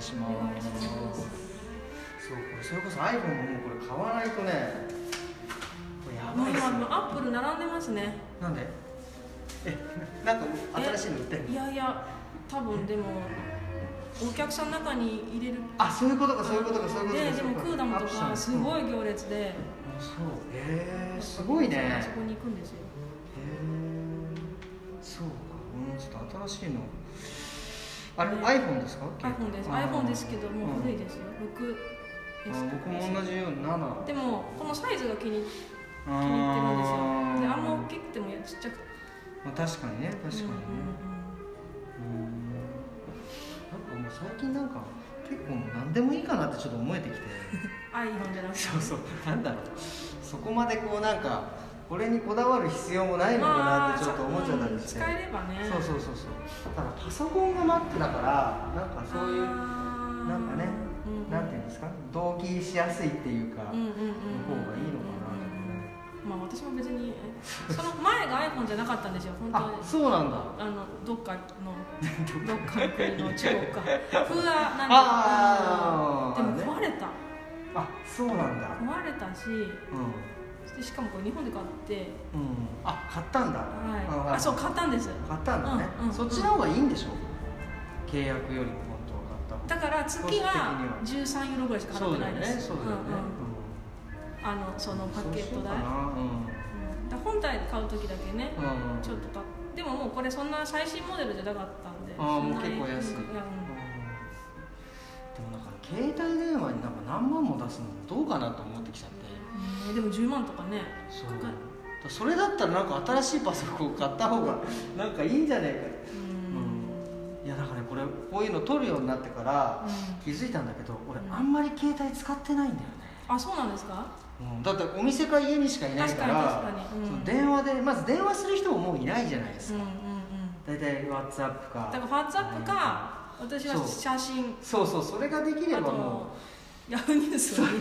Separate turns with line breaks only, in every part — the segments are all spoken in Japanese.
しますそうこれそれこそ iPhone ももうこれ買わないとねこれやばいですね
アップル並んでますね
なんでえなんか新しいの売ってんの
いやいや多分でもお客さんの中に入れる
あそういうことかそういうことかそういうことか
で
そ
で
うい
も
うこ
ク
と
ーダムと
アッ
か
プ
す
したの
ごい行列で
あそうえー、すごいね
あそこに行くんですよ
へえそうか、うん、ちょっと新しいのあれ、
ね
iPhone ですか
iPhone です
あー
iPhone ですけどもう古い
うん
ですよ6
あ
です
ー僕も同じように7
でもこのサイズが気
気
に気に入ってるんですよであんま
ま
大きくてもやちっちゃくて
あ、確かにね確かにねうんなんかもう最近なんか結構もう何でもいいかなってちょっと思え てきて
iPhone じゃなくて
そうそうなんだろうそこまでこうなんかこれにこだわる必要もないのかなってちょっと思っちゃったりして、
まあうん使えればね
そうそうそうそうただパソコンがマックだからなんかそういうな
なん
かね、なんていうんですか同期しやすいっていうか、
うんうんうん
の方がいいのかなと
まあ私も別にえその前が iPhone じゃなかったんですよ本当
かね
に
あそうなんだ
あのど っかのどっかの国の中国か風はなん
あ
か
ー
うんで
ね
も壊れた
あそうなんだ
壊れたし
うん
でしかもこれ日本で買って
うんあ買ったんだ、
はいあそう買ったんです
買ったんだね、
うんうん
そっちの方がいいんでしょ契約よりも本当は買った
だから月は13ユーロぐらいしか
方が
払って
だ
な
よ
いで
ね
す
そうだよね、
うんうんあのその
うん
パッケッ
そうしよう
ト
か
代
なうん
うんだから本体で買う時だけね
うんうん
ちょっと買っでももうこれそんな最新モデルじゃなかったんで
あー
そんな
もう結構安い
うんうん
でもなんか携帯電話になんか何万も出すのもどうかなと思ってきちゃって
ねでも10万とかね
そう
かかる
だそれだったらなんか新しいパソコン買った方がなんかいいんじゃねえか
う
いやだからねこれこういうの撮るようになってから
うん
気づいたんだけど俺
うん
あんまり携帯使ってないんだよね、
あそうなんですか
うん、だってお店か家にしかいないから
確かに確かにうん
その電話でまず電話する人ももういないじゃないで
う
す
ん
か、
うんうん
大体 WhatsApp か
だからファッツアップか私
そ
は
う
写真
そうそうそれができれ
あ
ば
と
も
ヤフーニュースを見る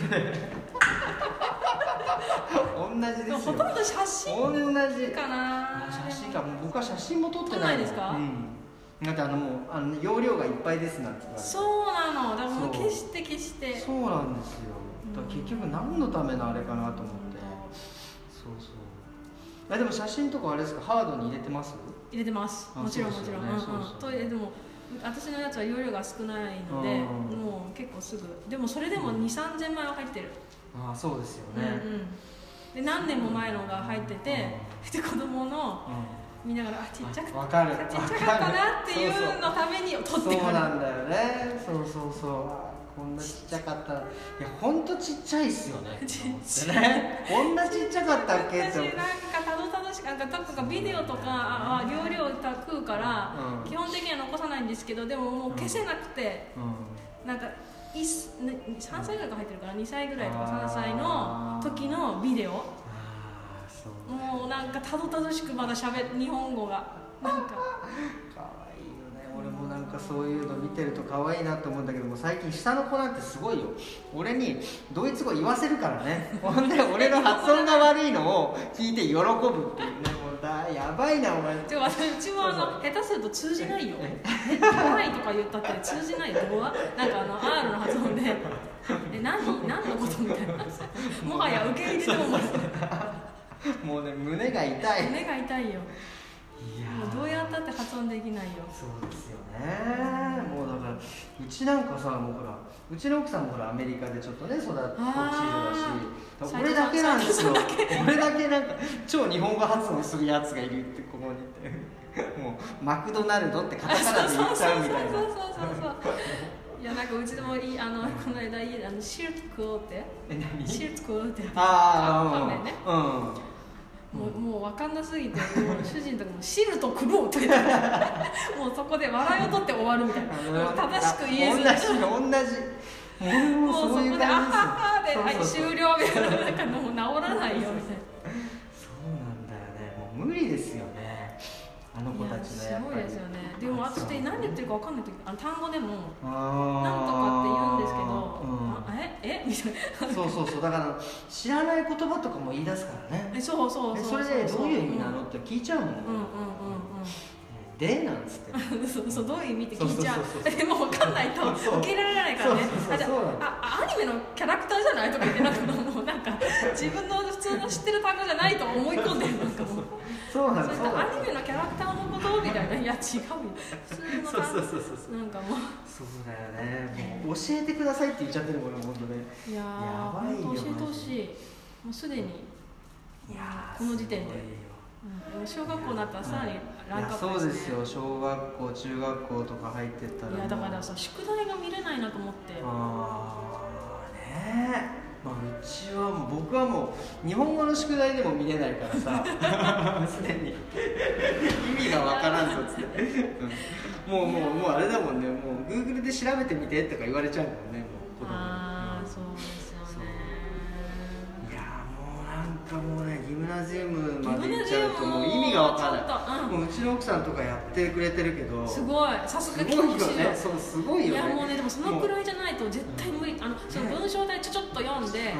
う同じ
で
で
も
す
ほ
よ
とんど写真
同じ
かな
写真かもう僕は写真も撮ってないの
撮んないですか
うん、だってあのもうあの容量がいっぱいですなんて言われて
そうなのだからもう
そう
消して消して
そうなんですよだから結局何のためのあれかなと思って、そうそうあでも写真とかあれですかハードに入れてます
入れてます
あ
もちろんも
そうです
ちろ
よ
ん、
ね
うんうん
そうですよね
とえでも私のやつは容量が少ないので、
うんうん
もう結構すぐでもそれでも
う
2 3 0 0 0枚は入ってる、
ああそうですよ
うん
ね、
うん、で何年も前のが入ってて、で子供の
う
見ながらあちっちゃく
んわかる
ちっちゃかっ
わ
た
かる
なっていう
そうそう
のために撮って
そう
あ
な
る
んだよねそうそうそうあーこんなちっちゃかったいやほんとちっちゃいっすよね
ちっち
ゃいねこんなちっちゃかったっけっ
私
て
な
思
ん
う
かたどたどしくなんかとかビデオとかああ容量食うから、
うん
基本的には残さないんですけどでももう消せなくて、なんかいすね3歳ぐらいから入ってるから2歳ぐらいとか3歳の時のビデオ
ああーそう
もうなんかたどたどしくまだしゃべ日本語がなんか
可愛いよね俺もなんかそういうの見てると可愛いなって思うんだけども最近下の子なんてすごいよ俺にドイツ語言わせるから ねほんで俺の発音が悪いのを聞いて喜ぶっていうねもうだやばいなお前
でも私うちもあの下手すると通じないよ「怖い」とか言ったって通じないよどうはなんかあの R の発音で「え何何のこと?」みたいなもはや受け入れてももう
もうね胸が痛いいや
胸が痛いよもうどう
ー
やったって発音できないよ
そうですよねもうだからうちなんかさもうほらうちの奥さんもほらアメリカでちょっとね育ってこっちだし
あー
俺だけなんですよ
斉藤
俺だけなんか超日本語発音するやつがいるってここにいてもうマクドナルドってカタカナで言っちゃうみたい
そ
な
うそうそうそうそういやなんかうちでもいいあのこの間家であのシルト食おうって
え何
シルト食おうって
あ
乾麺ね
あ
もうもう分かんなすぎてもう主人とかも「汁と 食ろう」って言ってもうそこで笑いを取って終わるみたいな
うん
もう正しく言え
同
ず
じ同じも
もうそ
そ
こ
う
で
いう
「あは
感
は」
じ
で「はい
ですよそうそうそう
終了」みたいななんかもう治らないよみたいな
そうなんだよねもう無理ですよねあの子
い
た
や
ち
す
ねやっ
ご
ぱ
い
り
ですよねでも
あそう
私何言ってるか分かんない時あの単語でも「なんとか」って言うんですけ
あ
ど「あええみたい
ーうん、そうそうそうだから知らない言葉とかも言い出すからね
なえそうそう
え
そう
それでどういう意味な
う
の
ん
って聞いちゃうもん、
うんうんうんうん
ねでなんつって
そうそうどういう意味って聞いちゃう
そうそうそうそ
でも分かんないと
そう
受け入れられないからね
そうそうそう
あじゃ
そうなの
ああアニメのキャラクターじゃないとか言ってなんかも うなんか自分の普通の知ってる単語じゃないと思い込んでるなんかもう
そうなん
そ
です
れと
そうな
ア
んです
ニメのキャラクターのことみたいないや違うよ普通の
そう
単
そ
語
うそうそうそう
なんかも
そうだよねもう教えてくださいって言っちゃってるもんね本当ね
ういや
やばい
ー
よ
本当教えてほしいもうすでに、
いやー
この時点です
ごいよ
うん、小学校になったらさらにランクアップ
いやそうです
ね
よ小学校中学校とか入ってったらもう
いやだからさ宿題が見れないなと思って
あーねまあ、うちはもう僕はもう日本語の宿題でも見れないから さすでに意味がわからんぞっつってうんもうもうもうあれだもんねもう Google で調べてみてとか言われちゃうもんねもう子供に
ああ
うん
そうですよね
いやーもうなんかもうねギムナジウムまで行っち
ギムナジウ
ゃ
ム
うともう意味がわから
ちょ
な
っ
い、
と
う
うん
もううちの奥さんとかやってくれてるけど
すごいさすが
す
教
ごい
育
よ
市
ね
場
そうすごいよ
い
ね
やもうねでもそのく
い
らいじゃないと絶対無理あのその文章でちょちょっと読んで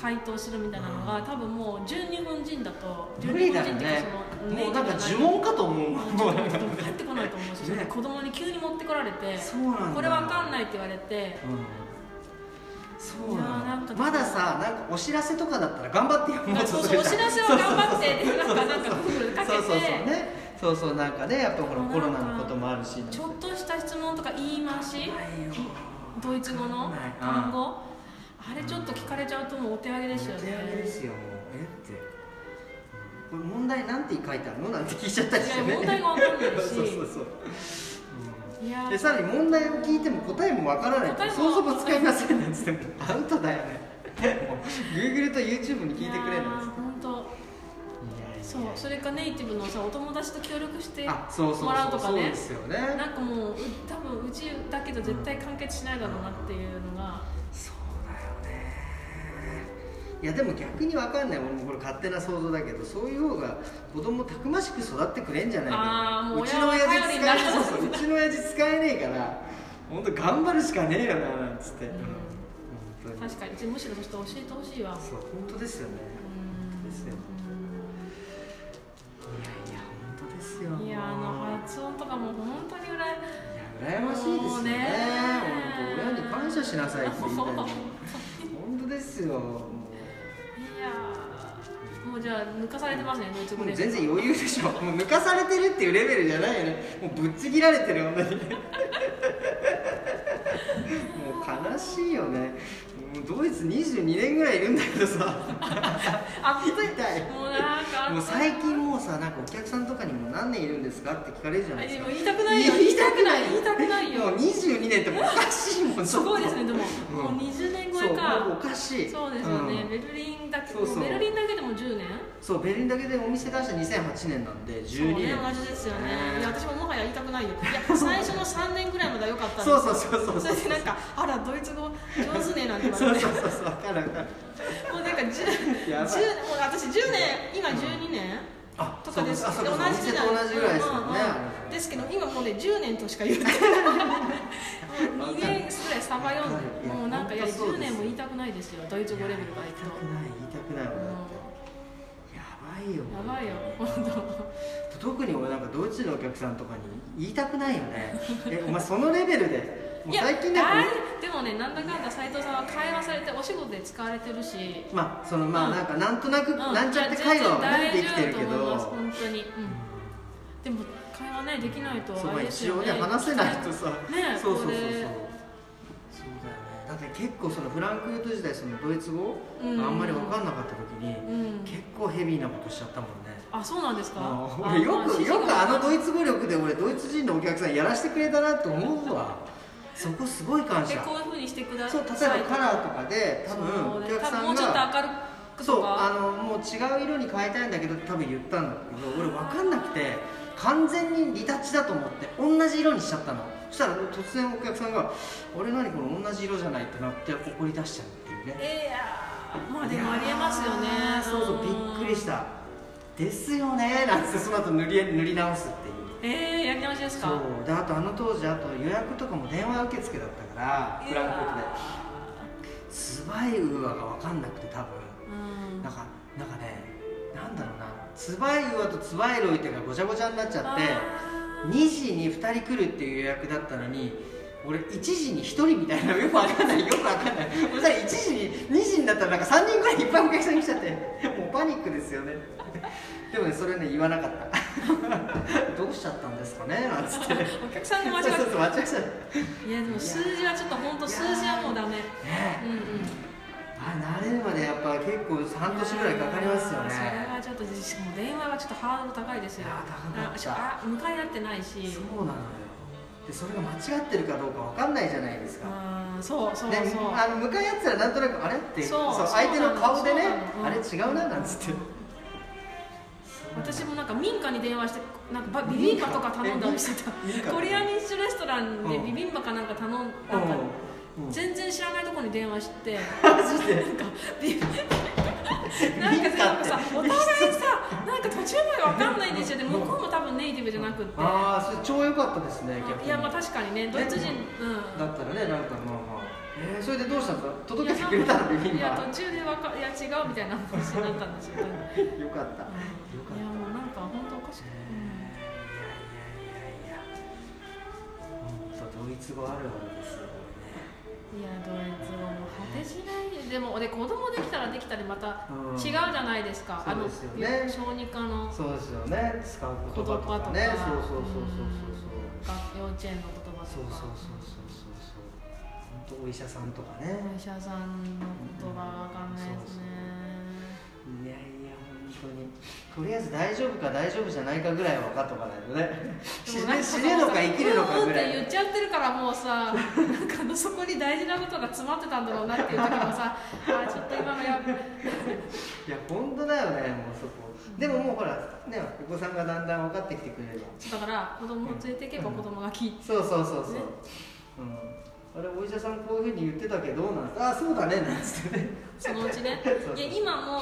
回答するみたいなのが多分もう純日本人だと
うん、
純
無
日
理だ
本人
よ
って
ね
いうかそのネ
も
イ
う
テ
な
ィ
んか
ブじゃ
呪
ない
文かと思うもん
ちょ
も
っ
う
と入ってこないと思うし、
ね
子供に急に持ってこられて
そうなんだ
これわかんないって言われて
うんそう
いやーな
なんん
か
だまださなんかお知らせとかだったら頑張ってよもう
そう
続
そう
け
お
た
知らせを頑張ってってなんかなんかグーグルかけ
そうそうそう
て
ねそうそうなんかねやっぱほら
なんか
コロナのこともあるし
ちょっとした質問とか言い回し
ないよ
ドイツ語の単語あれちょっと聞かれちゃうともうお手上げですよ
お手上げ
ね
ですよもうえってうんこれ問題なんて書いてあるのなんて聞いちゃったりして
いや
ね
問題がわかんないし
そうそうそう
いや
うんで
ー
さらに問題を聞いても答えもわからない
答えも
想像も使いませんなんつってもアウトだよねもう Google と YouTube に聞いてくれなんつって
本当
いやいや
そうそれかネイティブのさお友達と協力しても
あそうそうそう
らうとか
そう
ね
ですよね
なんかもうう多分うちだけど絶対完結しないだろうなっていうのが
そうだよねいやでも逆にわかんない俺もこれ勝手な想像だけどそういう方が子供たくましく育ってくれんじゃないかな
あーもう
ちの親父
親は頼
使
りにな
え
る
そうそううちの親父使えねえから本当頑張るしかねえよななんつって、
うん
うん本当に
確かにうちむしろそして教えてほしいわ
そう本当ですよね当ですよいやいや本当ですよ
うんいやあの発音とかも本当に羨ま
いや羨ましいですよね
もうね
本当親に感謝しなさいって言いたいもん 本当ですよも
いやーもうじゃあ抜かされてますねドイツ
う
語
もう
で
全然余裕で しょもう抜かされてるっていうレベルじゃないよねもうぶっちぎられてる女にもう悲しいよねもうドイツ22年ぐらいいるんだけどさ
あ
気づいたい
もうなんか
もう最近もうさなんかお客さんとかにも何年いるんですかって聞かれるじゃないですか
あでも言いたくないよ
や言いたくない
言いたくないよ
もう22年ってもうおかしいもん
すごいですねでも、
うん
もう20年超
そ
え
うなんかお
か
かしい
そうですよね、
うん
ベルリンだけ
そうそう
もベルリンだけでも10年
そうベルリンだけでお店出した2008年なんで
そう
12
ね
年
同じですよね
ね
いや私ももはや言いたくないよいや最初の3年ぐらいまでは良かったんです
そうそうそうそう
それでなんか「あらドイツ語上手ね」なんて言わ
そう
れて
そうそうそうわかるわかる
もうなんか10 10
やばい
もう私10年今12年
あ
とかです
そうあそう
で
か
同
そうお
じ
店
時
と
代
同じぐらいですもんね
うんうんうんですけど今もうね10年としか言ってないもう2年ぐらいサバ読んで
いや
もうなんかいや
本当そう
10
です
年も言いたくないですよドイツ語レベルが
言い
いく
たく
と
ない言いたくない俺だってやばいよ
やばいよ本当
特に俺なんかドイツのお客さんとかに言いたくないよ ねえお前そのレベルでもう
いや
最近なんか
あれでもねなんだかんだ斉藤さんは会話されてお仕事で使われてるし、
まあそのまあ
うん
なんかなんとなく、
う
なんちゃって会話はね
全
で
然
きてるけ
大丈夫だと思います
ど、
本当に、うん、でも会話ねできないと
そう
あ
まあ
れです
一
よ
応
ね
ね話せないとさ、
ね
そうそうそうそう
これ
そうだよねだって結構そのフランクフルト時代そのドイツ語、
うん
あんまり分かんなかった時に、
うん
結構ヘビーなことしちゃったもんね
あそうなんですか
あ
あ
俺よくよくあのド
イ
イツ語力で俺ドイツ人のお客さんやらせてくれたなと思うわそこすごい感謝
こういうふうにしてくださ
そ
いう
例えばカラーとかで多
そう
分
ね
お客
多
さ
分
ん
もうちょっと
が
明るく
そ
と
うあ
か
のもう違う色に変えたいんだけど多分言ったんだけど俺分かんなくて完全にリタッチだと思って同じ色にしちゃったのそしたら突然お客さんが「俺何この同じ色じゃない」ってなって怒り出しちゃうっていうね
えーいやーまあでもありえますよね
いやーそうそうびっくりしたですよねなんつってその後塗り塗り直すっていう
ええー、やり直しですか
そうであとあの当時あと予約とかも電話受付だったからフランクフルトでスバイウーアが分かんなくて多分
うん
なんかなんかねなんだろうなツバイウアとツバイロイテがごちゃごちゃになっちゃって
あ
2時に2人来るっていう予約だったのに俺1時に1人みたいなよくわかんないよくわかんない俺さ1時に2時になったらなんか3人ぐらいいっぱいお客さん来ちゃってもうパニックですよねでもねそれね言わなかったどうしちゃったん ですかねなんつって
お客さんが間違
そうそうそう間違えちゃっ
えいやでも数字はちょっと本当数字はもうダメ
たね
うんうん
あ慣れるまでやっぱ結構半年ぐらいかかりますよ
それ
ね
はちょっとしかも電話がちょっとハードル高いですよ
いや高かった
あしあ向かい合ってないし
そうなのよでそれが間違ってるかどうかわかんないじゃないですか
あーそうそう
で
そう
あの向かい合ってたらなんとなくあれって
そうそう
相手の顔でね
そう
あ
な
れ
の
違うななんつって
私もなんか民家に電話してなんかばビビンバとか頼んだりしてた
民家民家
コリアンッシュレストランで
うん
ビビンバかなんか頼んなん
うん
か
うん
全然知らないところに電話して
マジで
なんかビなんかさなんかさお互いさなんか途中までわかんないんですよで向こうも多分ネイティブじゃなくって
ああそれ超良かったですね逆に
いやまあ確かにねドイツ人
ね
うん
だったらねなんかまあまあえーそれでどうしたんですか届けてくれたのビビン
いや
バ
途中でわかいや違うみたいな話になったんですよ い
よかったよかった
やもうなんか本当おかしくうん
本当ドイツ語あるあるですよね
いやドイツ語も果てしないでもで子供できたらできたでまた
うん
違うじゃないですか、
そうですよね
あの小児科の
そうですよね使う言葉とかね
言葉とか
そうそうそうそう
うん学幼稚園の言葉とか
そうそうそうそうそうそうそう本当お医者さんとかね
お医者さんの言葉がわかんないですね、
いやいや本当にとりあえず大丈夫か大丈夫じゃないかぐらいは分かっとかないとね死
でもな
ね
んか
死ねのか生きるのかぐら
うんうんって言
い
っちゃってるからもう さなんかあのそこに大事なことが詰まってたんだろうなっていう時もさあーちょっと今のやっ
いや本当だよねもうそこでももうほらねお子さんがだんだん分かってきてくれれば
だから子供を連れていけば子供が聞いて
そうそうそうそう、
ね
うん、あれお医者さんこういうふうに言ってたけどなんてあそうだねなんつ ってね
そのうちね
そうそう
いや今
うん
も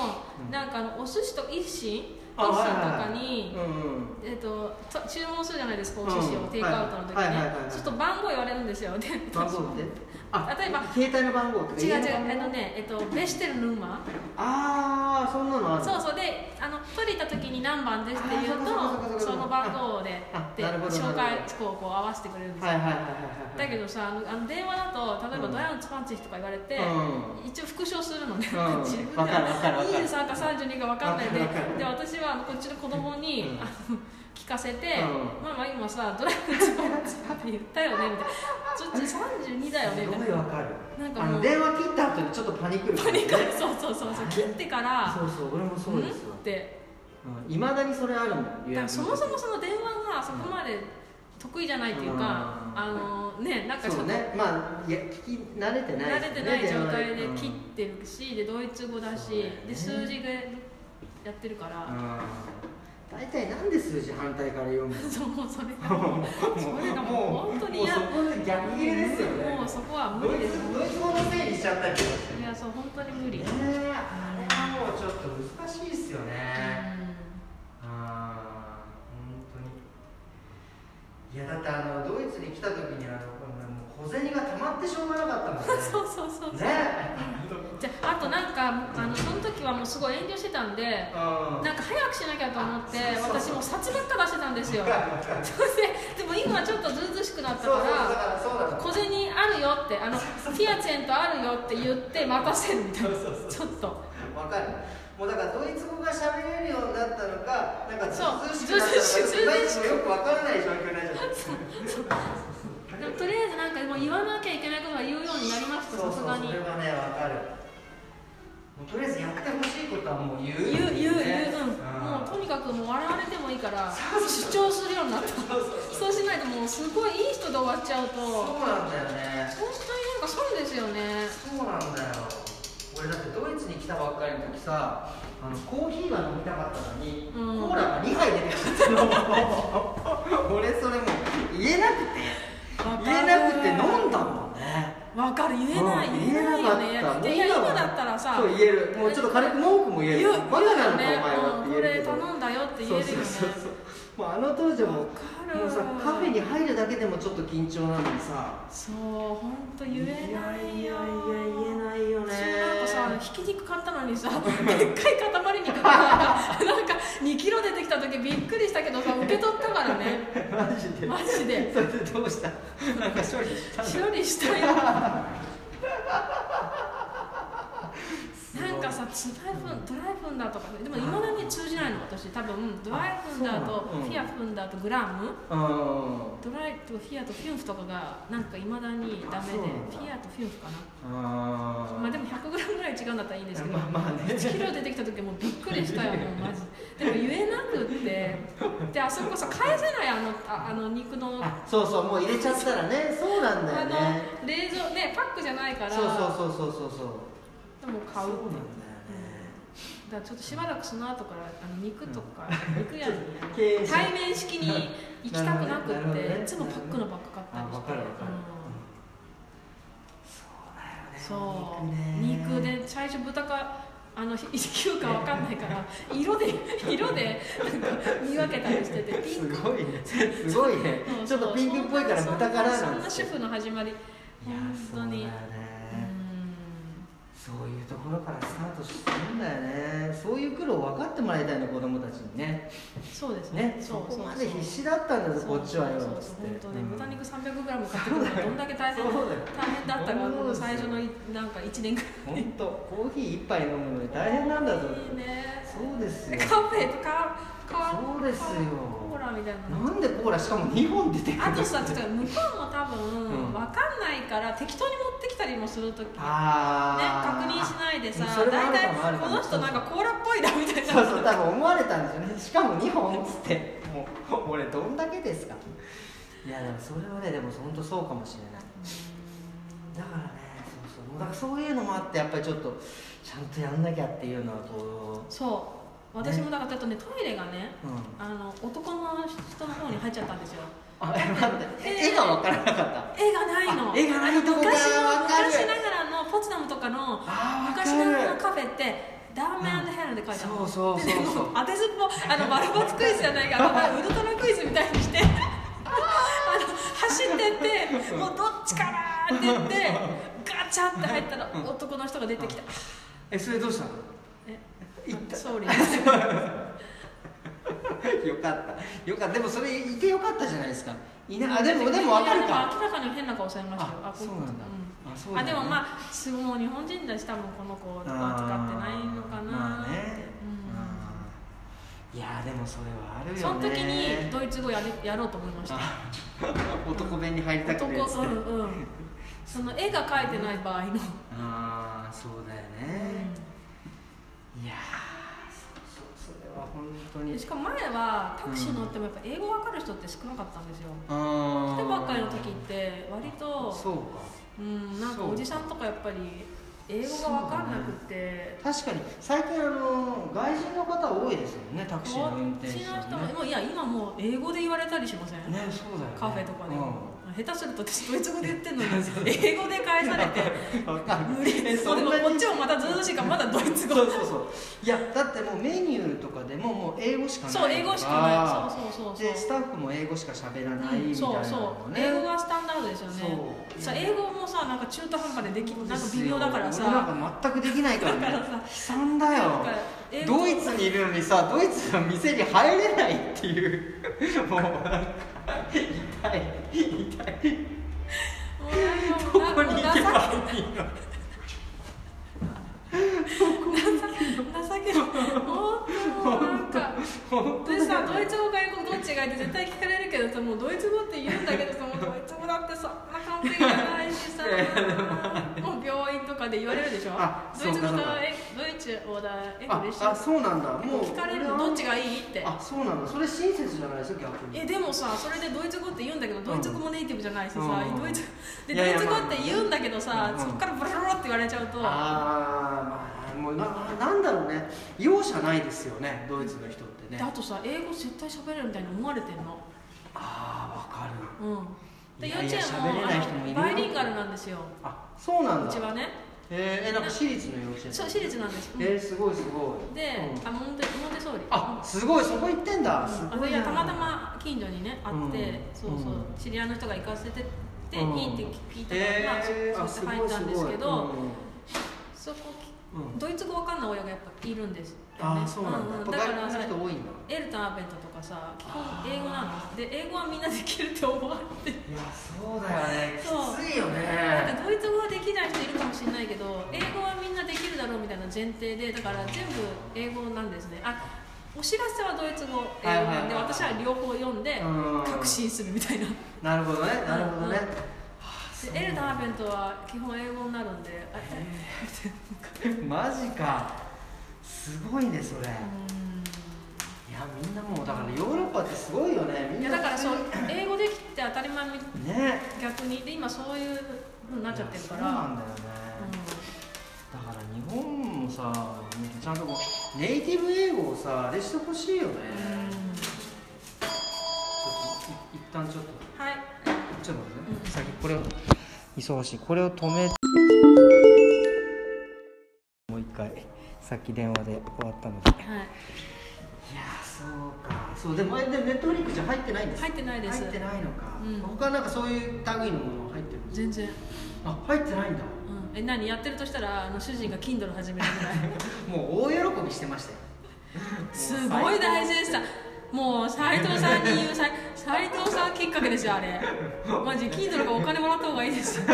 なんかあのお寿司と一心一
あ
心と
はい
かに
はいはいうんうん
えっとと注文するじゃないですかお
うん
寿司をテイクアウトの時
はいはいはい
ね
はい
ちょっと番号言われるんですよで
番号ってあ
例えば
携帯の番号とか
違う違う
家の番号
あのねえっと ベシテルヌンマ
ああそんなのある
そうそうであの取りた時に何番ですって言う
あーそうかそうかそうかそう
と
か
その番号で
あ
で
なるほど
紹
なる
介
ほ
こうこう合わせてくれるんですよ
はいはいはいはいはい
だけどさあのあの電話だと例えば
うん
ドヤンツパンチヒとか言われて、
う
一応復唱するのね、
うん
自分で
わかるわかるわかる
23か32か分かんないで
わかるわかる
で私はあのこっちの子供に、
うん
あの聞かせて、
う
ママ今さドラゴンズパンチって言ったよねみたいなそっち32だよねみたい
す
な
ごいわかる
なんか
あ
もう
の電話切った後にちょっとパニクる
パニッ
る
クそうそうそうそう切ってから
そうそう俺もそうです
ん
よ
って
いま、うん、未だにそれあるもん
だからそもそも
そ
その電話がそこまで得意じゃないっていうか、
うん
あのねなんかちょっ
う
と
ねまあいや聞き慣れてない
慣
で
れ
す
て
よね
ない状態で
電話
切ってるし、でドイツ語だし
そうだよね
で数字でやってるから、
うん大体なんで数字反対から読むの
そうもうそれがもうそれがもう本当に
もう
嫌
そこで逆切れですよね
もうそこは無
ドイ
理です
ツドイツ語のせいにしちゃったりとかして
いやそう本当に無理、
ね
うん
えあれはもうちょっと難しいですよねあー本当にいやだってあのドイツに来た時にあのこんなもう小銭がたまってしょうがなかったもんね
そうそうそうそう
ね
じゃああとなんかあのその時はもうすごい遠慮してたんで
うん
なんか早くしなきゃと思って
あそうそう
私もう札ばっか出してたんですよ それででも今ちょっとずうずうしくなった
そうそうだ
から
からそうだ
小銭あるよってあのフィアチェントあるよって言って待たせるみたいなちょっと
わかるもうだからドイツ語が喋れるようになったのかなんかず
そう
うずうしくなったの
ずうずうしく
かずうずうしくよくわからない状況になっちゃった
でもとりあえずなんかもう言わなきゃいけないことは言うようになりました
そうそう
さす
それ
が
は
に
ね
言う
わかるもうとりあえずやってほしいことはもう言う
言う言う、
ね
う
ん
んもうとにかくもう笑われてもいいから主張するようになったそうしないともうすごいいい人で終わっちゃう
そ
と
う
本
なんだよね
当になんかそうですよね
そうなんだよ俺だってドイツに来たばっかりの時さあのコーヒーが飲みたかったのに、
うん
コーラが2杯出てきちゃったの 俺それもう言えなくて
わかる
言えなくて飲んだもんね
わかる言えない、
うん
言えないよね
言えなかった
でいや今だったらさ
そう言えるもうちょっと軽く文句も言え
言う
る
言う
バカなのかお前
ね
はって
うん
言
こ
える
れ
けど
頼んだよって言えるよね
そうそうそうそうもうあの当時も
かる
もうさカフェに入るだけでもちょっと緊張なのにさ
そう本当言えな
いやいや
いよ
いや言えないよね
そうなんかさひき肉買ったのにさでっかい塊肉がなんかなんか2キロ出てきた時びっくりしたけどさ受け取ったからね
マジで
マジで
それでどうしたなんか処理したの
処理した よなんかさツライフンドライフンだとかでもいまだに通じないの私多分ドライフンだ
あ
と
そうなのうん
フィアフンだとグラム
うん
ドライとフィアとフィンフとかがなんかいまだにダ
あ
メで
そうなんだ
フィアとフィンフかな
あー
まあでも 100g ぐらい違うんだったらいいんですけど、
まあまあね
1キロ出てきた時もうびっく りしたよもうマジでも言えなくってであそこさ返せないあのああの肉のあ
あそうそうもう入れちゃったらねそうなんだよね
の冷蔵ねパックじゃないから
そうそうそうそうそうそう
でも買
そう
う
なんだよ
だからちょっとしばらくその後からあの肉とか肉屋
経営
に
者
対面式に行きたくな く
なる
っ
ほど
て
ね
いつもパックのばっか買ったり
あ
して
わかるわかる
うんそ
ね
う
肉
肉
ね
で最初豚かあの一級か分かんないから色で色でなんか見分けたりしててピン
す
ク
ごいねすごいね
うん
ちょっとピンクっぽいから
そん
豚から
そん
なん
な
です
主
よ
婦の始まり
いやそう
本当
だよ
に
ねそういうところからスタートしてるんだよねそういう苦労分かってもらいたいの子供たちにね
うんそうですね
ねそ
そう
こ
そう
まで必死だったんだぞこっちはよ
そうそう
つっ
本
て
当ね、
うん
豚肉 300g 買ってくるのどんだけ大変
そうだよ
大変だったかこの最初のいなんか1年くらい
本当コーヒー一杯飲むのに大変なんだぞ
いいね
そうですよ
カフェとかか
そうですよ
コーラみたいな
なんでコーラしかも2本出てくる
あとさちょっと向こうも多
うん
分分かんないから適当に持ってきたりもするときね確
あー
認しないでさ
それもあ
大
るか
体
もあるか
こ
も
の人なんかコーラっぽいなみたいな
そうそう多分思われたんですよねしかも2本っつってもう俺どんだけですかいやでもそれはねでも本当そうかもしれないだからねそうそうもうだからそういうのもあってやっぱりちょっとちゃんとやんなきゃっていうのはこ
そう私もだからちょっとねトイレがね
ううん
あの男の人の方に入っちゃったんですよ
あ待って絵が分からなかった
絵がないの
あ絵がないとこか
昔の
わかる
昔ながらのポツダムとかの
あー
昔
分
なが
から
の
る
カフェってダーメンヘラで書いてある
そうそうそうそう
でも当てずっぽあのバルバツクイズじゃないからまあウルトラクイズみたいにしてあの走ってってもうどっちかなーって言ってガチャって入ったら男の人が出てきた
えそれどうしたの
え
行った
総理です
よかったよかったでもそれいてよかったじゃないですかいなあでもでも分かる
いや
か
でも明らかに変な顔されましたよ
あそう
こいつ
なんだあそう
あ
なんだ
でもまあすごいもう日本人だし多分この子とか使ってないのかなーって、
まあね
うん
うんいやでもそれはあるよね
その時にドイツ語やりやろうと思いました
あ 男弁に入りたく
男
てやつね
うんうんその絵が描いてない場合の、
ああそうだよね、いやーそうそうそれは本当
うん
に
しかも前はタクシー乗ってもやっぱ英語わかる人って少なかったんですよ
あ
来
あ
たばっかりの時って割と
そう
うんなんかおじさんとかやっぱり英語がわかんなくて
か確かに最近あの外人の方多いですよねタ
こ
ク
っち
シーの運転手
の
さん
人ももういや今もう英語で言われたりしません、
ねねそうだよね
カフェとかで、
う
下手すると私ドイツ語で言っ てんのに英語で返されて
ん、 わかる
無理
え
ですもうでも
そんなに
こっちもまたずうずうしいからまだドイツ語
そうそうそういやだってもうメニューとかでももう英語しかない
そう英語しか
あー
ないそうそうそうそう
でスタッフも英語しか喋らないみ
うん
たい
そう
なの
そ
も
う
ね、
英語がスタンダードですよね
そう
さ英語もさなんか中途半端でできなんか微妙だから
俺な
さ
んか全くできないからね
だからさ
悲惨だよ
なんか英語
ドイツにいるのにさドイツの店に入れないっていうもうなんか痛い痛い
もう
ど
なん
こ
か
に行けばいいの
情け情け本当もうなんか
本当
でさドイ
ツ
ツ語外国どっちがいいって絶対聞かれるけどさもうドイツ語って言うんだけどさもうドイツ語だってそんな完璧じゃないし さもう病院とかで言われるでしょ
あ
ドイツ語
そう
と
かそうか
えドイツ語だえ
あ
嬉しい
あそうなんだもう
聞かれるのどっちがいいって
あそうなんだそれ親切じゃないですよ逆に
えでもさそれでドイツ語って言うんだけどドイツ語もネイティブじゃないしさ、
うん
ドイツで
いやいや
ドイツ語って言うんだけどさ、
まあ
そっからブルルルって言われちゃうと
ああまあもうななんだろうね容赦ないですよねドイツの人って
で
ね
あとさ英語絶対喋れるみたいに思われてんの
ああわかる
うんで
い
幼
やい
稚
や
園
喋れない人もいるよ
もあのバイリンガルなんですよ
あそうなん
う
だ
ちはね
えー、えなんか私立の幼稚園
そう私立なんです、うん
えー、すごいすごい
で、
うん
あモンテモンテソーリ
あすごいそこ行ってんだ、す
あ
ご
そ
いな
れがたまたま近所にねあって、
うん
そうそう
うん
知り合いの人が行かせてって、
うん
いいって聞いたから、
えー、あ
そ
す
う
ご
や
い
って入ったんですけど
ごい
そこ
うんうん
ドイツ語わかんない親がやっぱいるんですよね
あーそうなんだ、
う
や
ん
っ
う
ぱ
んだか
外
ら
国の
それ
人多いんだ
エルタンアベントとかさ基本英語なんですで英語はみんなできるって思われ
い
て
やそうだよね
そう
きついよ
なん
ね
かドイツ語はできない人いるかもしれないけど英語はみんなできるだろうみたいな前提でだから全部英語なんですねあお知らせはドイツ語英語
はい
な
は
ん
い
で
はい
私は両方読んで
うん
確信するみたいなで
なるほどねなるほどね、
うん
そう
エルタンアベントは基本英語になるんであ
マジかすごいねそれ、い
う
やみんなもうだからヨーロッパってすごいよねみ
んい
ん
や
な
だからそう
普通
英語できて当たり前み
にね
逆にで今そういうふうになっちゃってるか
そうな
ら
んだよね、
う
だから
ん
日本もさちゃんとこうネイティブ英語をさあれしてほしいよね、ちょっとい一旦ちょっと
はい。
ちょっと待ってね、
うん
先これを忙しいこれを止めもう一回さっき電話で終わったのでいや
はい。
ーそうかそうでもえでネットフリックじゃ入ってないんです
入ってないです
入ってないのか、
うん
他なんかそういう類のもの入ってるんです
全然。
あ入ってないんだ
うん。え、何やってるとしたら、あの主人が Kindle 始めるぐらい。
もう大喜びしてましたよ
すごい大事でした。もう斉藤さんに言うさい、斉藤さんきっかけですよあれ。マジ Kindle がお金もらった方がいい ですよ。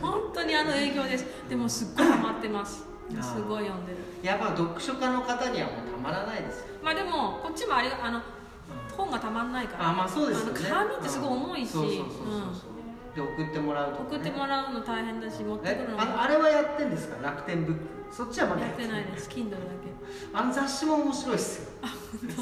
本当にあの影響です。でもすっごいハマってます。
あー
すごい読んでる。
いやっぱ読書家の方にはもうたまらないですよ、
まあでもこっちもあれあの本がたまんないから。
あまあそうですよね
あの紙ってすごい重いし、
うんそうそうそうそうそう、で送ってもらうと
うん
か、ね、
送ってもらうの大変だし持ってく
え
るのも
ああれはやってんですか楽天ブックそっちはまだ
やってないです Kindle だけ。
あの雑誌も面白いっすよ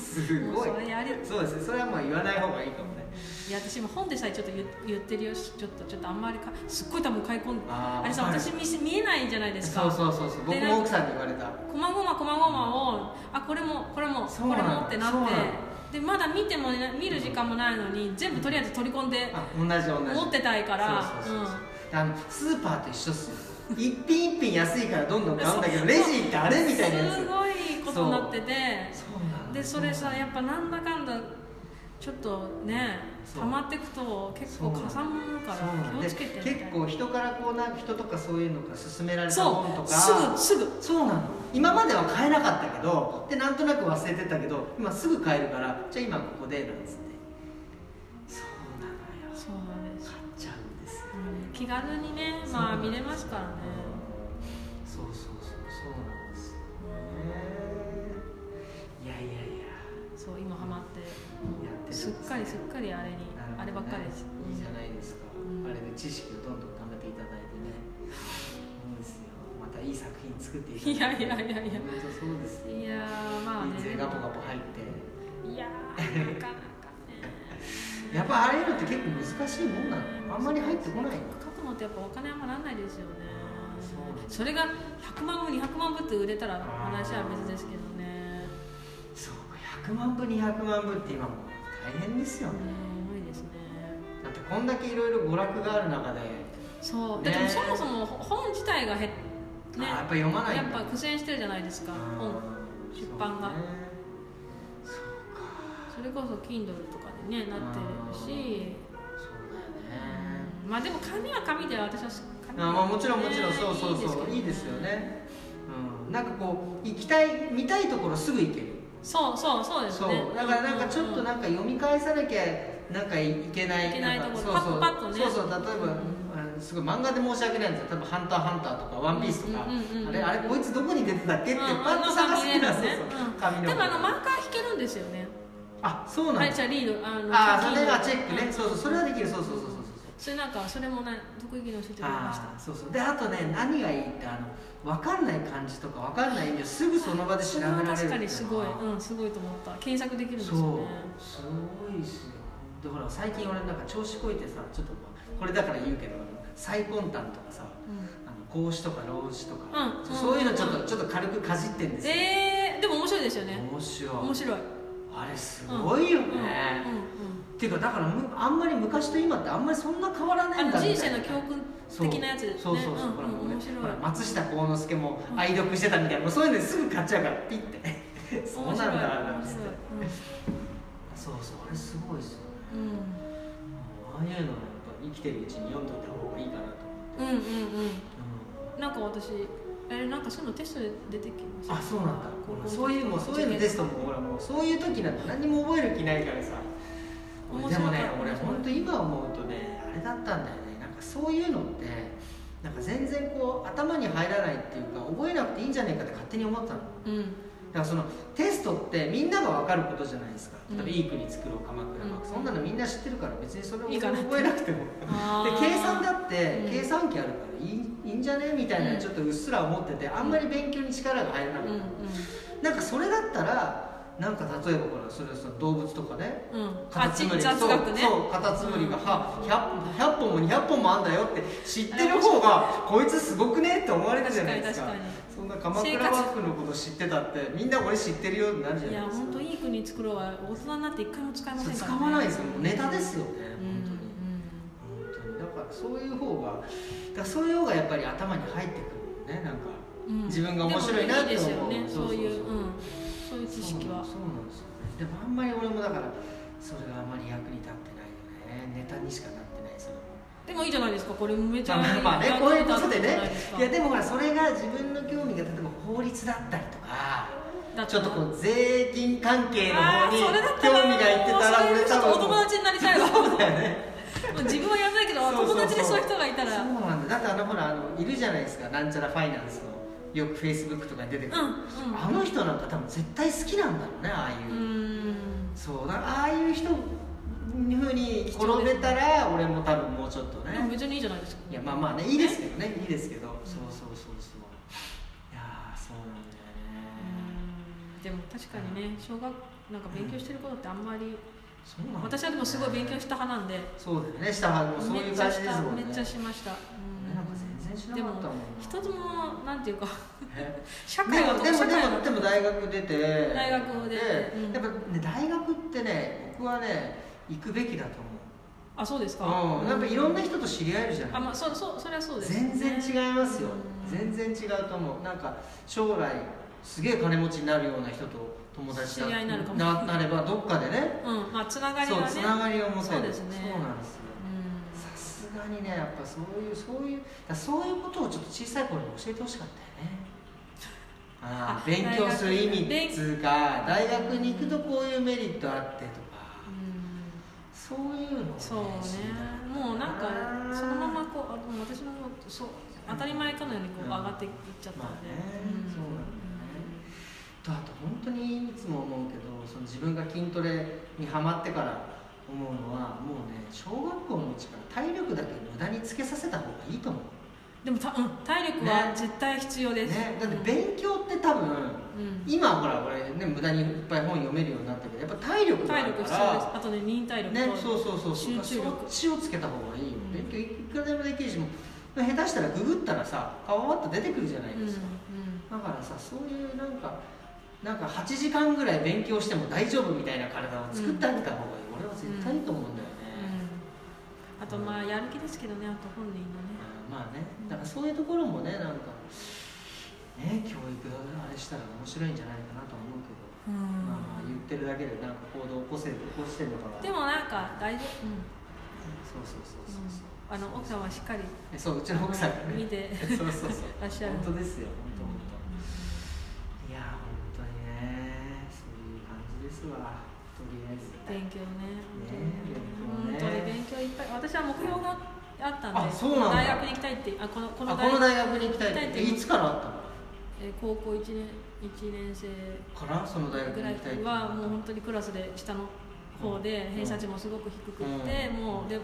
すごい
もうそれやり
そうですねそれはもう言わない方がいいかもね
いや私も本でさえちょっと言言ってるよしちょっとちょっとあんまりかすっごい多分買い込んで
あ
あ
ー
れさ
はい
私見せ見えないじゃないですか
そうそうそうそう僕
でなん
も
か
奥さんに言われた
こまごまこまごまをあこれもこれも
そ
こ
うな
れ
の
もってなっ
そうなの
てでまだ見てもね見る時間もないのに全部とりあえず取り込んで
あ同じ同じ
持ってたいから
そうそうそうそう
う
あのスーパーと一緒っすよ一品一品安いからどんどん買うんだけどレジ行ってあれみたいなやつ
すごいことになってて
そうなんだ
でそれさやっぱなんだかんだちょっとね
そう
溜まってくと結構かさむか
そうなん
ら気
で
をつけてみたい
結構人からこうなんか人とかそういうのから勧められた本と
そう
か
すぐすぐ
そうなの今までは買えなかったけどでなんとなく忘れてたけど今すぐ買えるからじゃあ今ここでなんつってそうなのよ
そうなんです
買っちゃうんですよ
気軽にね、まあ見れますからね。
そうそうそうそうなんですよねいやいやいや
そう今ハマって、
やってるんです
すっ
ね
かりすっかりあれに、あればっかりです。
いいじゃないですか、
うん
あれで知識をどんどん貯めていただいてねそうですよまたいい作品作ってい
い
ただ
やいやいや
い
い
や本当そうです
や。いやーまあね。
印税ガポガポ入って
いやーなかなかね。
やっぱああいうのって結構難しいもんなのあんまり入ってこないの
書くのってやっぱお金あんまなんないですよね
あーそうなん。だ
それが100万部200万部って売れたら話は別ですけどね。
そう100万部200万部って今もう大変ですよ
ね
ね
無理ですね。
だってこんだけいろいろ娯楽がある中で、
そう。ででも
ね
そもそも本自体が減っ
あ
ね。
やっぱ読まない
や
ん
っ
だ
ぱ苦戦してるじゃないですか。本。
うん
出版が
そうねそうか
それこそ Kindle とかでねなってるし、
そうだよね
まあでも紙は紙で私は紙
あまあもちろんもちろん
ね
そうそうそういいですよね、うん、なんかこう行きたい見たいところすぐ行ける
そうそうそうです
そ
ね
うだからなんかちょっとなんか読み返さなきゃなんかいけない
いけないところ
んかそう
パッとパッとね
そうそう例えば、あのすごい漫画で申し訳ないんですよ多分「ハンターハンター」とか「ワンピースとか、
うんうんうんうん
あれあれこいつどこに出てたっけってパッと探す
き
ん だ、そう
ね
そう
うん
紙の
でもあの漫画弾けるんですよね
あそうなん
は
だ、
いじゃあリードあの
あ
キ
あそ
ンド
れ
ル
がチェックね、
うん
そうそうそれはできるそうそうそうそうそう
それなんかそれもね得意気に教えてくれまし
あーそうそうであとね何がいいってあの分かんない漢字とか分かんない意味をすぐその場
た
で調
そ
べ
れ
られ
は
る
確かにすごい
ってうのは
うんすごいと思った検索できるんです
そ
よね
うすごいっすよだから最近俺なんか調子こいてさちょっとまあこれだから言うけど最根端とかさあ
う
の孔子とか老子とか、
うん
そういうのちょっと、
うん
ちょっと軽くかじってんで
ん
すよ、
えーでも面白いですよね
面白い
面白い
ああれすごいよね、
うんうん
っていうかだからむあんまり昔と今ってあんまりそんな変わらない
うんん、あ
だ
の
みたい
人
な
生の教訓的なやつですね
そうそうそう、
ん
ほ
う
ら
ん、面白い
ほら松下幸之助も愛読してたみたいな、もうそういうのですぐ買っちゃうからピッてそうなんだなん
面
つって
白い面白
そうそうあれすごいですよね
いうん
ああいうのはやっぱ生きてるうちに読んどいた方がいいかなと思
うんうんう
って、
んなんか私えなんかそういうのテストで出てきました
あそうなんだほらそういうもうそういうのテストもほらもうそういう時なんて何も覚える気ないからさ
面白い
でもね
面白い
俺本当今思うとねあれだったんだよねなんかそういうのってなんか全然こう頭に入らないっていうか覚えなくていいんじゃないかって勝手に思ってたの
うん
だからそのテストってみんなが分かることじゃないですか
う
例
ん
えば「いい国作ろう鎌倉幕府」
うん
そんなのみんな知ってるから別にそれを
いいかな
覚えなくても
あ
で
ー
計算だって
うん
計算機あるからいいいいんじゃねみたいな
うん
ちょっとうっすら思っててあんまり勉強に力が入らな
う
かっ
ん
た、なんかそれだったらなんか例えばほらそれはその動物とかね
うんうん
カ
あ
タツ
ち
ムリ
雑学ね
そうそうカタツムリがは 100, 100本も200本もあんだよって知ってる方がこいつすごくねって思われるじゃないですか
確かに
そんな鎌倉幕府のこと知ってたってみんな俺知ってるよってなるじゃ
い
な
や
いですか
本当いい国作ろうは大人になって一回も使いません
そう
から、ね、
使わないですよもうネタですよね
うん
本当に。本当にだからそういう方がだからそういう方がやっぱり頭に入ってくるよねなんか、
うんうん
自分が面白いなって思う
でもいいですよねそういう
そううそうん
そういう知識は
そうなんですよねでもあんまり俺もだからそれがあんまり役に立ってないよねネタにしかなってないそれ
でもいいじゃないですかこれめちゃ
まあまあねこういうことで
いいじ
ね
ゃないです
い
か
やでもほらそれが自分の興味が例えば法律だったりとか
だて
ちょっとこう税金関係の方に
あーそれだっ
興
たら
味がいってたら
もう
俺多
そういう人と
分
お友達になりたいわ
そうだよね
もう自分はやらないけど
そうそうそう
友達でそういう人がいた
そう
ら
なんだだってあのほらあのいるじゃないですかなんちゃらファイナンスのよくフェイスブックとかに出てくる、
うん
あの人なんか多分絶対好きなんだろうねああいう
う、ん
そうだああいう人ふうに転べたら俺も多分もうちょっと
うんでも
ね
別にいいじゃないですか
いやまあまあねいいですけどねいいですけどそうそうそうそういやーそうなんだよね
うんでも確かにね小学なんか勉強してることってあんまり
そうなんだよね
私はでもすごい勉強した派なんで
そうだよね下はもうそう
め
い
っ
う
ちゃ
感じ
し
です
た
もん
め
ね
っちゃしました
俺なんか全然しな
で
か
も
ったもんな
一つもなんていうか
え
社
で
会は
もでも
社
で
会
も
は
でも大学出て
大学出てうん
やっぱ、ね、大学ってね僕はね行くべきだと
あそうですか
思う、うん、やっぱいろんな人と知り合えるじゃ
あ
ない、
まあそうそうそれはそうです
全然違いますよ、
うん
全然違うと思うなんか将来すげえ金持ちになるような人と友達だ
知り合いになるかも
ななればどっかでね
うんまあつながり
そう
はね
つながりを持てる
そうですね
そうなんですよ
う
さ
ん
すがにねやっぱそういうそういうだからそういうことをちょっと小さい頃に教えてほしかったよねああ
あ
勉強する意味
大
っ
学
つうか大学に行くとこういうメリットあってとか
うん
そういうのをね
そうね
知りたい
もうなんかそのままこうあでも私もそう当たり前かのようにこう
うん
上がっていっちゃった
ま
ん
あ
で、
ね、そうなんだよねあと本当にいつも思うけどその自分が筋トレにハマってから思うのはもうね小学校のうちから体力だけ無駄につけさせた方がいいと思う
でもた、うん、体力は
ね
絶対必要です、
ね、だって勉強って多分、
うん
今ほら俺ね無駄にいっぱい本読めるようになったけどやっぱ体力があ
体
る
力必要
か
です
ら
あとね忍耐力と
ねそうそうそうそう
集中力
そっちをつけた方がいいよ、
うん
勉強いくらでもできるしもう下手したらググったらさパワーッと出てくるじゃない
うんう
で
ん
すか、だからさそういうなんかなんか8時間ぐらい勉強しても大丈夫みたいな体を作ってあげた方がいい、俺は絶対いいと思うんだよ
う
ね、
んあとまあやる気ですけどねあと本人のね
まあねだからそういうところもねなんかね教育だあれしたら面白いんじゃないかなと思うけど
うん
まあまあ言ってるだけでなんか行動を起こせ起こしてるのかな
でもなんか大丈夫、うん
そうそうそう
う
そ
ん
うそう、
あの奥さんはしっかり
えそううちの奥さんが
見
ね
て
そうそうそう
らっしゃる
本当ですよ本当本当いや本当にねそういう感じですわとりあえず
勉強ね
ね
本
勉強ね
当に勉強いっぱい私は目標があったんで
あそうなんだ
大学に行きたいってあこのこの
あ
大
この大学に行きたい
行きた
っ
いって
え
て
いつからあったの
えー高校1年一年生
からその大学
ぐら
に行
い
きたいって
はもう本当にクラスで下の方で
うん
偏差値もすごく低くって、
うん
もうで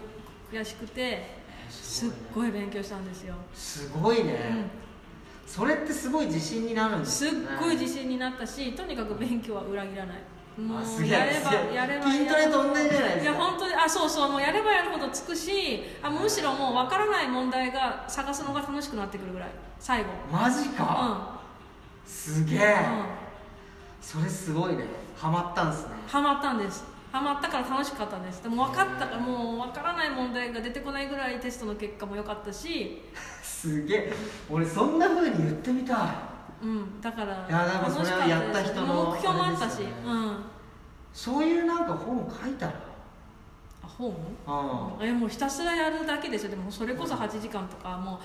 悔しくて
え
すっ
いね
ごい勉強したんですよ、
すごいね、
うん
それってすごい自信になるんです
す
よ
っ
ね
ごい自信になったしとにかく勉強は裏切らないも
あす
う
げえ
やれ
す
ば
げえ
やればやる
筋トレと同じじゃないですか
いや本当にあそうそうもうやればやるほどつくしあむしろもう分からない問題が探すのが楽しくなってくるぐらい最後
マジ
うん、う
か、
ん
すげえ、それすごいねハマったんすね
ハマったんですハマったから楽しかったんですでも分かったからもう分からない問題が出てこないぐらいテストの結果も良かったし
すげえ俺そんな風に言ってみたい
うんだから
いやでもそれはやった人の
目標もあった
あ
し、
れです
う
よ
ん
そういうなんか本書いたら
あ本
うん、うん
えもうひたすらやるだけでしょでもそれこそ8時間とかもう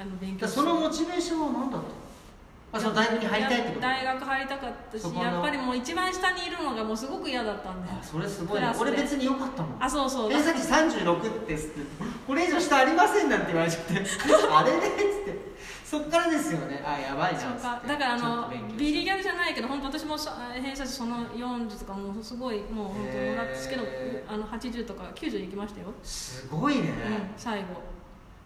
あの勉
だか
強
ら
して
そのモチベーションは何だったのあその大学に入りたいってこと
大学入りたかったし
そこの
やっぱりもう一番下にいるのがもうすごく嫌だったんで
あそれすごいね
クラスで
俺別に良かったもん
あそうそう
えさっき36ですってこれ以上下ありませんなんて言われちゃって あれねっつってそっからですよねあやばいな
そう
っつっ
か
て
だからあ
ちょっと
の
勉強して
ビリギャルじゃないけど本当私もさ偏差値その40とかもうすごいもう本当もらってすけど
へー
あの80とか90いきましたよ、
すごいね、
うん、最後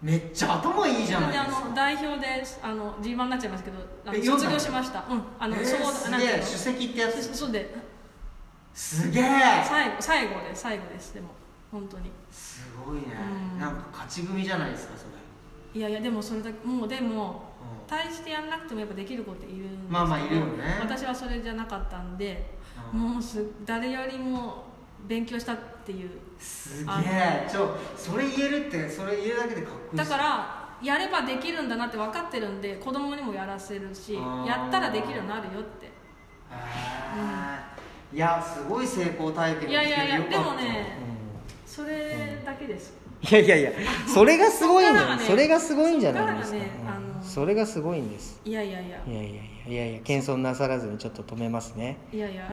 めっちゃ頭いいじゃない
で
で
あ
すか
の代表であの G1 になっちゃいますけどあ
え
の
四
卒
段
業しましたうんあの、
えー
そう
す
なん
げ
て
え
いうの
首席ってやつ
そそうで、
すげえ
最後最後で最後ですでも本当に
すごいね、
うん
なんか勝ち組じゃないですかそれ、
いやいやでもそれだけもうでも
う
大してやんなくてもやっぱできる子っているんですけど
まあまあいるよね
私はそれじゃなかったんで、
んうん
もうす誰よりも勉強したっていう
すげえちょそれ言えるってそれ言えるだけでかっこいいっ
だ
す
からやればできるんだなって分かってるんで子供にもやらせるし
あー
やったらできるようになるよって
あーいやすごい成功体験が聞けて
いやいやいや
よかった
でもね
うん
それだけです、
いやいやいや、それがすごいんだ
そっから
よ。
がね
それがすごいんじゃないです
そっ
か
からがねあ。
うん
の
それがすごいんです。
いやいやいや
いやいやいやいやいや、謙遜なさらずにちょっと止めますね。
いやいや